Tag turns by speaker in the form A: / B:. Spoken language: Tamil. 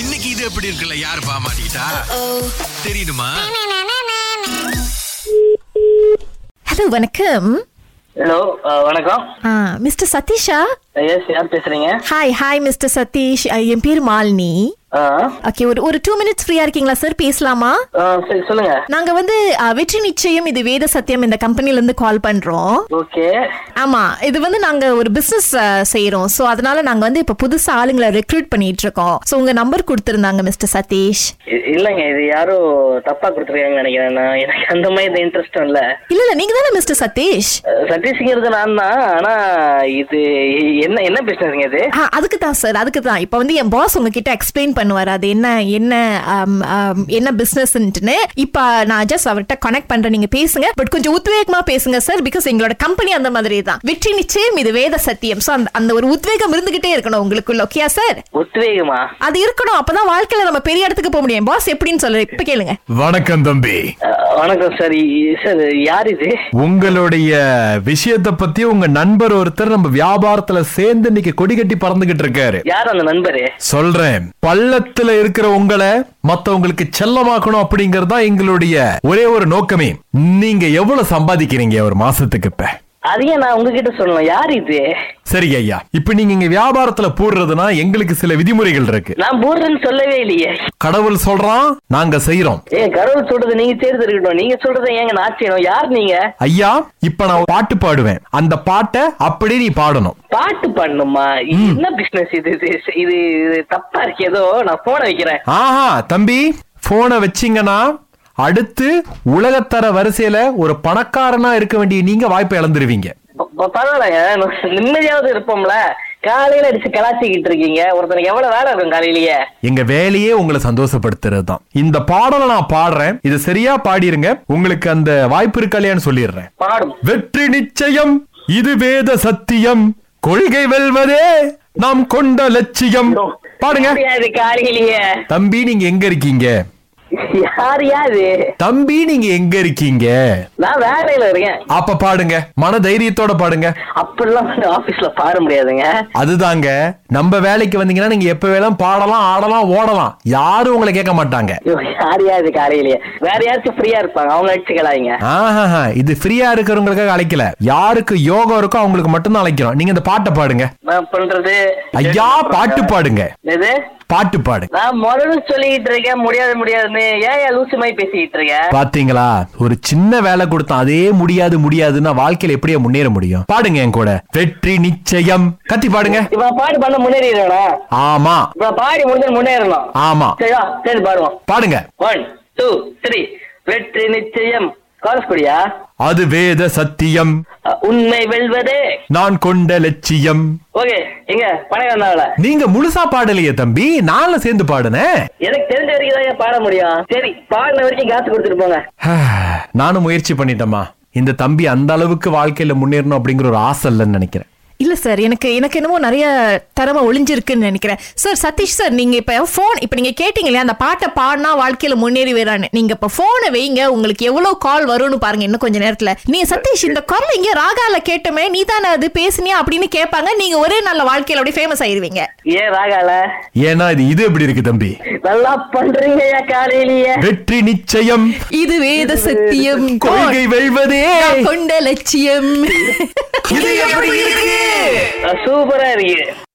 A: இன்னைக்கு இது எப்படி இருக்குல்ல யார் பாமாட்டா தெரியுமா
B: ஹலோ வணக்கம்
C: ஹலோ uh, வணக்கம்
B: மிஸ்டர் சதீஷா
C: எஸ் யார் பேசுறீங்க
B: ஹாய் ஹாய் மிஸ்டர் சதீஷ் அஹ், என் பேர் மாலினி
C: ஆஹ்,
B: ஓகே ஒரு ஒரு டூ மினிட்ஸ் ஃப்ரீயா இருக்கீங்களா சார் பேசலாமா
C: ஆஹ், சரி சொல்லுங்க
B: நாங்க வந்து அஹ், வெற்றி நிச்சயம் இது வேத சத்தியம் இந்த கம்பெனில இருந்து கால் பண்றோம்
C: ஓகே
B: ஆமா இது வந்து நாங்க ஒரு பிசினஸ் செய்யறோம் சோ அதனால நாங்க வந்து இப்ப புதுசா ஆளுங்களை ரெக்ரூட் பண்ணிட்டு இருக்கோம் சோ உங்க நம்பர் கொடுத்திருந்தாங்க மிஸ்டர் சதீஷ்
C: இ- இல்லைங்க இது யாரோ தப்பா கொடுத்துருக்காங்கன்னு நினைக்கிறேன் நான் எனக்கு அந்த மாதிரி இந்த இன்ட்ரெஸ்டும் இல்ல
B: இல்ல இல்ல நீங்க தானே மிஸ்டர் சதீஷ்
C: அஹ், சதீஷ்ங்கிறது நான் தான் ஆனா இது இ- என்ன என்ன பிசினஸ்ங்க இது
B: ஆ, அதுக்கு தான் சார் அதுக்கு தான் இப்போ வந்து என் பாஸ் உங்ககிட்ட எக்ஸ்பிளைன் பண்ணுவார் அது என்ன என்ன ஆம், ஆம், என்ன பிஸ்னஸ்ன்ட்டுன்னு இப்போ நான் ஜஸ்ட் அவர்கிட்ட கனெக்ட் பண்ணுறேன் நீங்கள் பேசுங்க பட் கொஞ்சம் உத்வேகமாக பேசுங்க சார் பிகாஸ் எங்களோட கம்பெனி அந்த மாதிரி தான் வெற்றி நிச்சயம் இது வேத சத்தியம் ஸோ அந்த அந்த ஒரு உத்வேகம் இருந்துகிட்டே இருக்கணும் உங்களுக்குள்ள ஓகேயா சார்
C: உத்வேகமா
B: அது இருக்கணும் அப்பதான் வாழ்க்கையில நம்ம பெரிய இடத்துக்கு போக முடியும் பாஸ் எப்படின்னு சொல்ற இப்ப கேளுங்க
D: வணக்கம் தம்பி
C: அஹ், வணக்கம் சார் இ- சார் யார் இது
D: உங்களுடைய விஷயத்தை பத்தி உங்க நண்பர் ஒருத்தர் நம்ம வியாபாரத்துல சேர்ந்து இன்னைக்கு கொடி கட்டி பறந்துகிட்டு இருக்காரு
C: யார் அந்த நண்பரு
D: சொல்றேன் பள்ளத்துல இருக்கிற உங்களை மத்தவங்களுக்கு செல்லமாக்கணும் அப்படிங்கறதா எங்களுடைய ஒரே ஒரு நோக்கமே நீங்க எவ்வளவு சம்பாதிக்கிறீங்க ஒரு மாசத்துக்கு இப்ப
C: அதையே நான் உங்ககிட்ட சொல்லணும் யார் இது
D: சரி ஐயா இப்ப நீங்க இங்க வியாபாரத்துல போடுறதுனா எங்களுக்கு சில விதிமுறைகள் இருக்கு
C: நான் போடுறேன்னு சொல்லவே இல்லையே
D: கடவுள் சொல்றான் நாங்க செய்யறோம்
C: ஏ கடவுள் சொல்றது நீங்க தேர்ந்தெடுக்கணும் நீங்க சொல்றதை ஏங்க நான் செய்யணும் யார் நீங்க
D: ஐயா இப்ப நான் ஒரு பாட்டு பாடுவேன் அந்த பாட்டை அப்படியே நீ பாடணும்
C: பாட்டு பண்ணுமா என்ன பிசினஸ் இது இது இது இது தப்பா இருக்கு ஏதோ நான் போன வைக்கிறேன்
D: ஆஹா தம்பி போனை வச்சீங்கன்னா அடுத்து உலகத்தர வரிசையில ஒரு பணக்காரனா இருக்க வேண்டிய நீங்க வாய்ப்பை இழந்துருவீங்க
C: ப- ப- பரவாயில்லைங்க நம்ம நிம்மதியாவது இருப்போம்ல காலையில அடிச்சு கலாச்சிக்கிட்டு இருக்கீங்க ஒருத்தனுக்கு எவ்வளவு வேலை இருக்கும் காலையிலயே
D: எங்க வேலையே உங்களை சந்தோஷப்படுத்துறது தான் இந்த பாடலை நான் பாடுறேன் இது சரியா பாடிருங்க உங்களுக்கு அந்த வாய்ப்பு இருக்கா இல்லையான்னு சொல்லிடுறேன்
C: பாடும்
D: வெற்றி நிச்சயம் இது வேத சத்தியம் கொள்கை வெல்வதே நாம் கொண்ட லட்சியம் பாடுங்க
C: முடியாது காலையிலயே
D: தம்பி நீங்க எங்க இருக்கீங்க
C: யார் யாது
D: தம்பி நீங்க எங்க இருக்கீங்க
C: நான் வேலையில இருக்கேன்
D: அப்ப பாடுங்க மன தைரியத்தோட பாடுங்க
C: அப்படிலாம் வந்து ஆபீஸ்ல பாட முடியாதுங்க
D: அதுதாங்க நம்ம வேலைக்கு வந்தீங்கன்னா நீங்க எப்ப வேணாலும் பாடலாம் ஆடலாம் ஓடலாம் யாரும் உங்களை கேட்க மாட்டாங்க
C: ஐயோ, யார் யாது காலையிலயே வேற யாராச்சும் ஃப்ரீயா இருப்பாங்க அவங்க அடிச்சுக்கலாங்க
D: ஆஹா இது ஃப்ரீயா இருக்கிறவங்களுக்காக அழைக்கல யாருக்கு யோகம் இருக்கோ அவங்களுக்கு மட்டும்தான் அழைக்கிறோம் நீங்க இந்த பாட்டை பாடுங்க
C: நான் பண்றது
D: ஐயா பாட்டு பாடுங்க
C: எது
D: பாட்டு பாடுங்க
C: நான் முதல்ல சொல்லிக்கிட்டு இருக்கேன் முடியாது முடியாதுன்னு ஏன் ஏன் லூசு மாதிரி பேசிக்கிட்டு இருக்கேன்
D: பாத்தீங்களா ஒரு சின்ன வேலை கொடுத்தோம் அதே முடியாது முடியாதுன்னா வாழ்க்கையில எப்படியா முன்னேற முடியும் பாடுங்க என் கூட வெற்றி நிச்சயம் கத்தி பாடுங்க
C: இப்ப நான் பாடி பண்ண முன்னேறிடணும்
D: ஆமா
C: இப்ப நான் பாடி முடிஞ்சு முன்னேறணும்
D: ஆமா
C: சரியா சரி பாடுவோம்
D: பாடுங்க
C: ஒன் டூ த்ரீ வெற்றி நிச்சயம் காலஸ்குடியா
D: அது வேத சத்தியம்
C: உண்மை வெல்வதே
D: நான் கொண்ட லட்சியம்
C: ஓகே எங்க பணம் வந்தாங்கள
D: நீங்க முழுசா பாடலையே தம்பி நானும் சேர்ந்து பாடுனே
C: எனக்கு தெரிஞ்ச வரைக்கும் தான் ஏன் பாட முடியும் சரி பாடின வரைக்கும் காசு கொடுத்துட்டு போங்க
D: நானும் முயற்சி பண்ணிட்டேம்மா இந்த தம்பி அந்த அளவுக்கு வாழ்க்கையில முன்னேறணும் அப்படிங்கிற ஒரு ஆசை இல்லைன்னு நினைக்கிறேன்
B: இல்ல சார் எனக்கு எனக்கு என்னமோ நிறைய தரமா ஒளிஞ்சிருக்குன்னு நினைக்கிறேன் சார் சதீஷ் சார் நீங்க இப்ப ஃபோன் இப்ப நீங்க கேட்டீங்க இல்லையா அந்த பாட்டை பாடினா வாழ்க்கையில முன்னேறி வரான்னு நீங்க இப்ப போனை வைங்க உங்களுக்கு எவ்வளவு கால் வரும்னு பாருங்க இன்னும் கொஞ்ச நேரத்துல நீங்க சதீஷ் இந்த குரல் இங்க ராகால கேட்டோமே நீ தானே அது பேசுனியா அப்படின்னு கேட்பாங்க நீங்க ஒரே நல்ல வாழ்க்கையில அப்படியே ஃபேமஸ் ஆயிருவீங்க
C: ஏன் ராகால
D: ஏன்னா இது இது எப்படி இருக்கு தம்பி
C: நல்லா பண்றீங்க ஏன் காலையிலேயே
D: வெற்றி நிச்சயம்
B: இது வேத சத்தியம்
D: கொள்கை வெல்வதே
B: கொண்ட லட்சியம்
D: இது எப்படி இருக்கு
C: சூப்பரா இருக்கு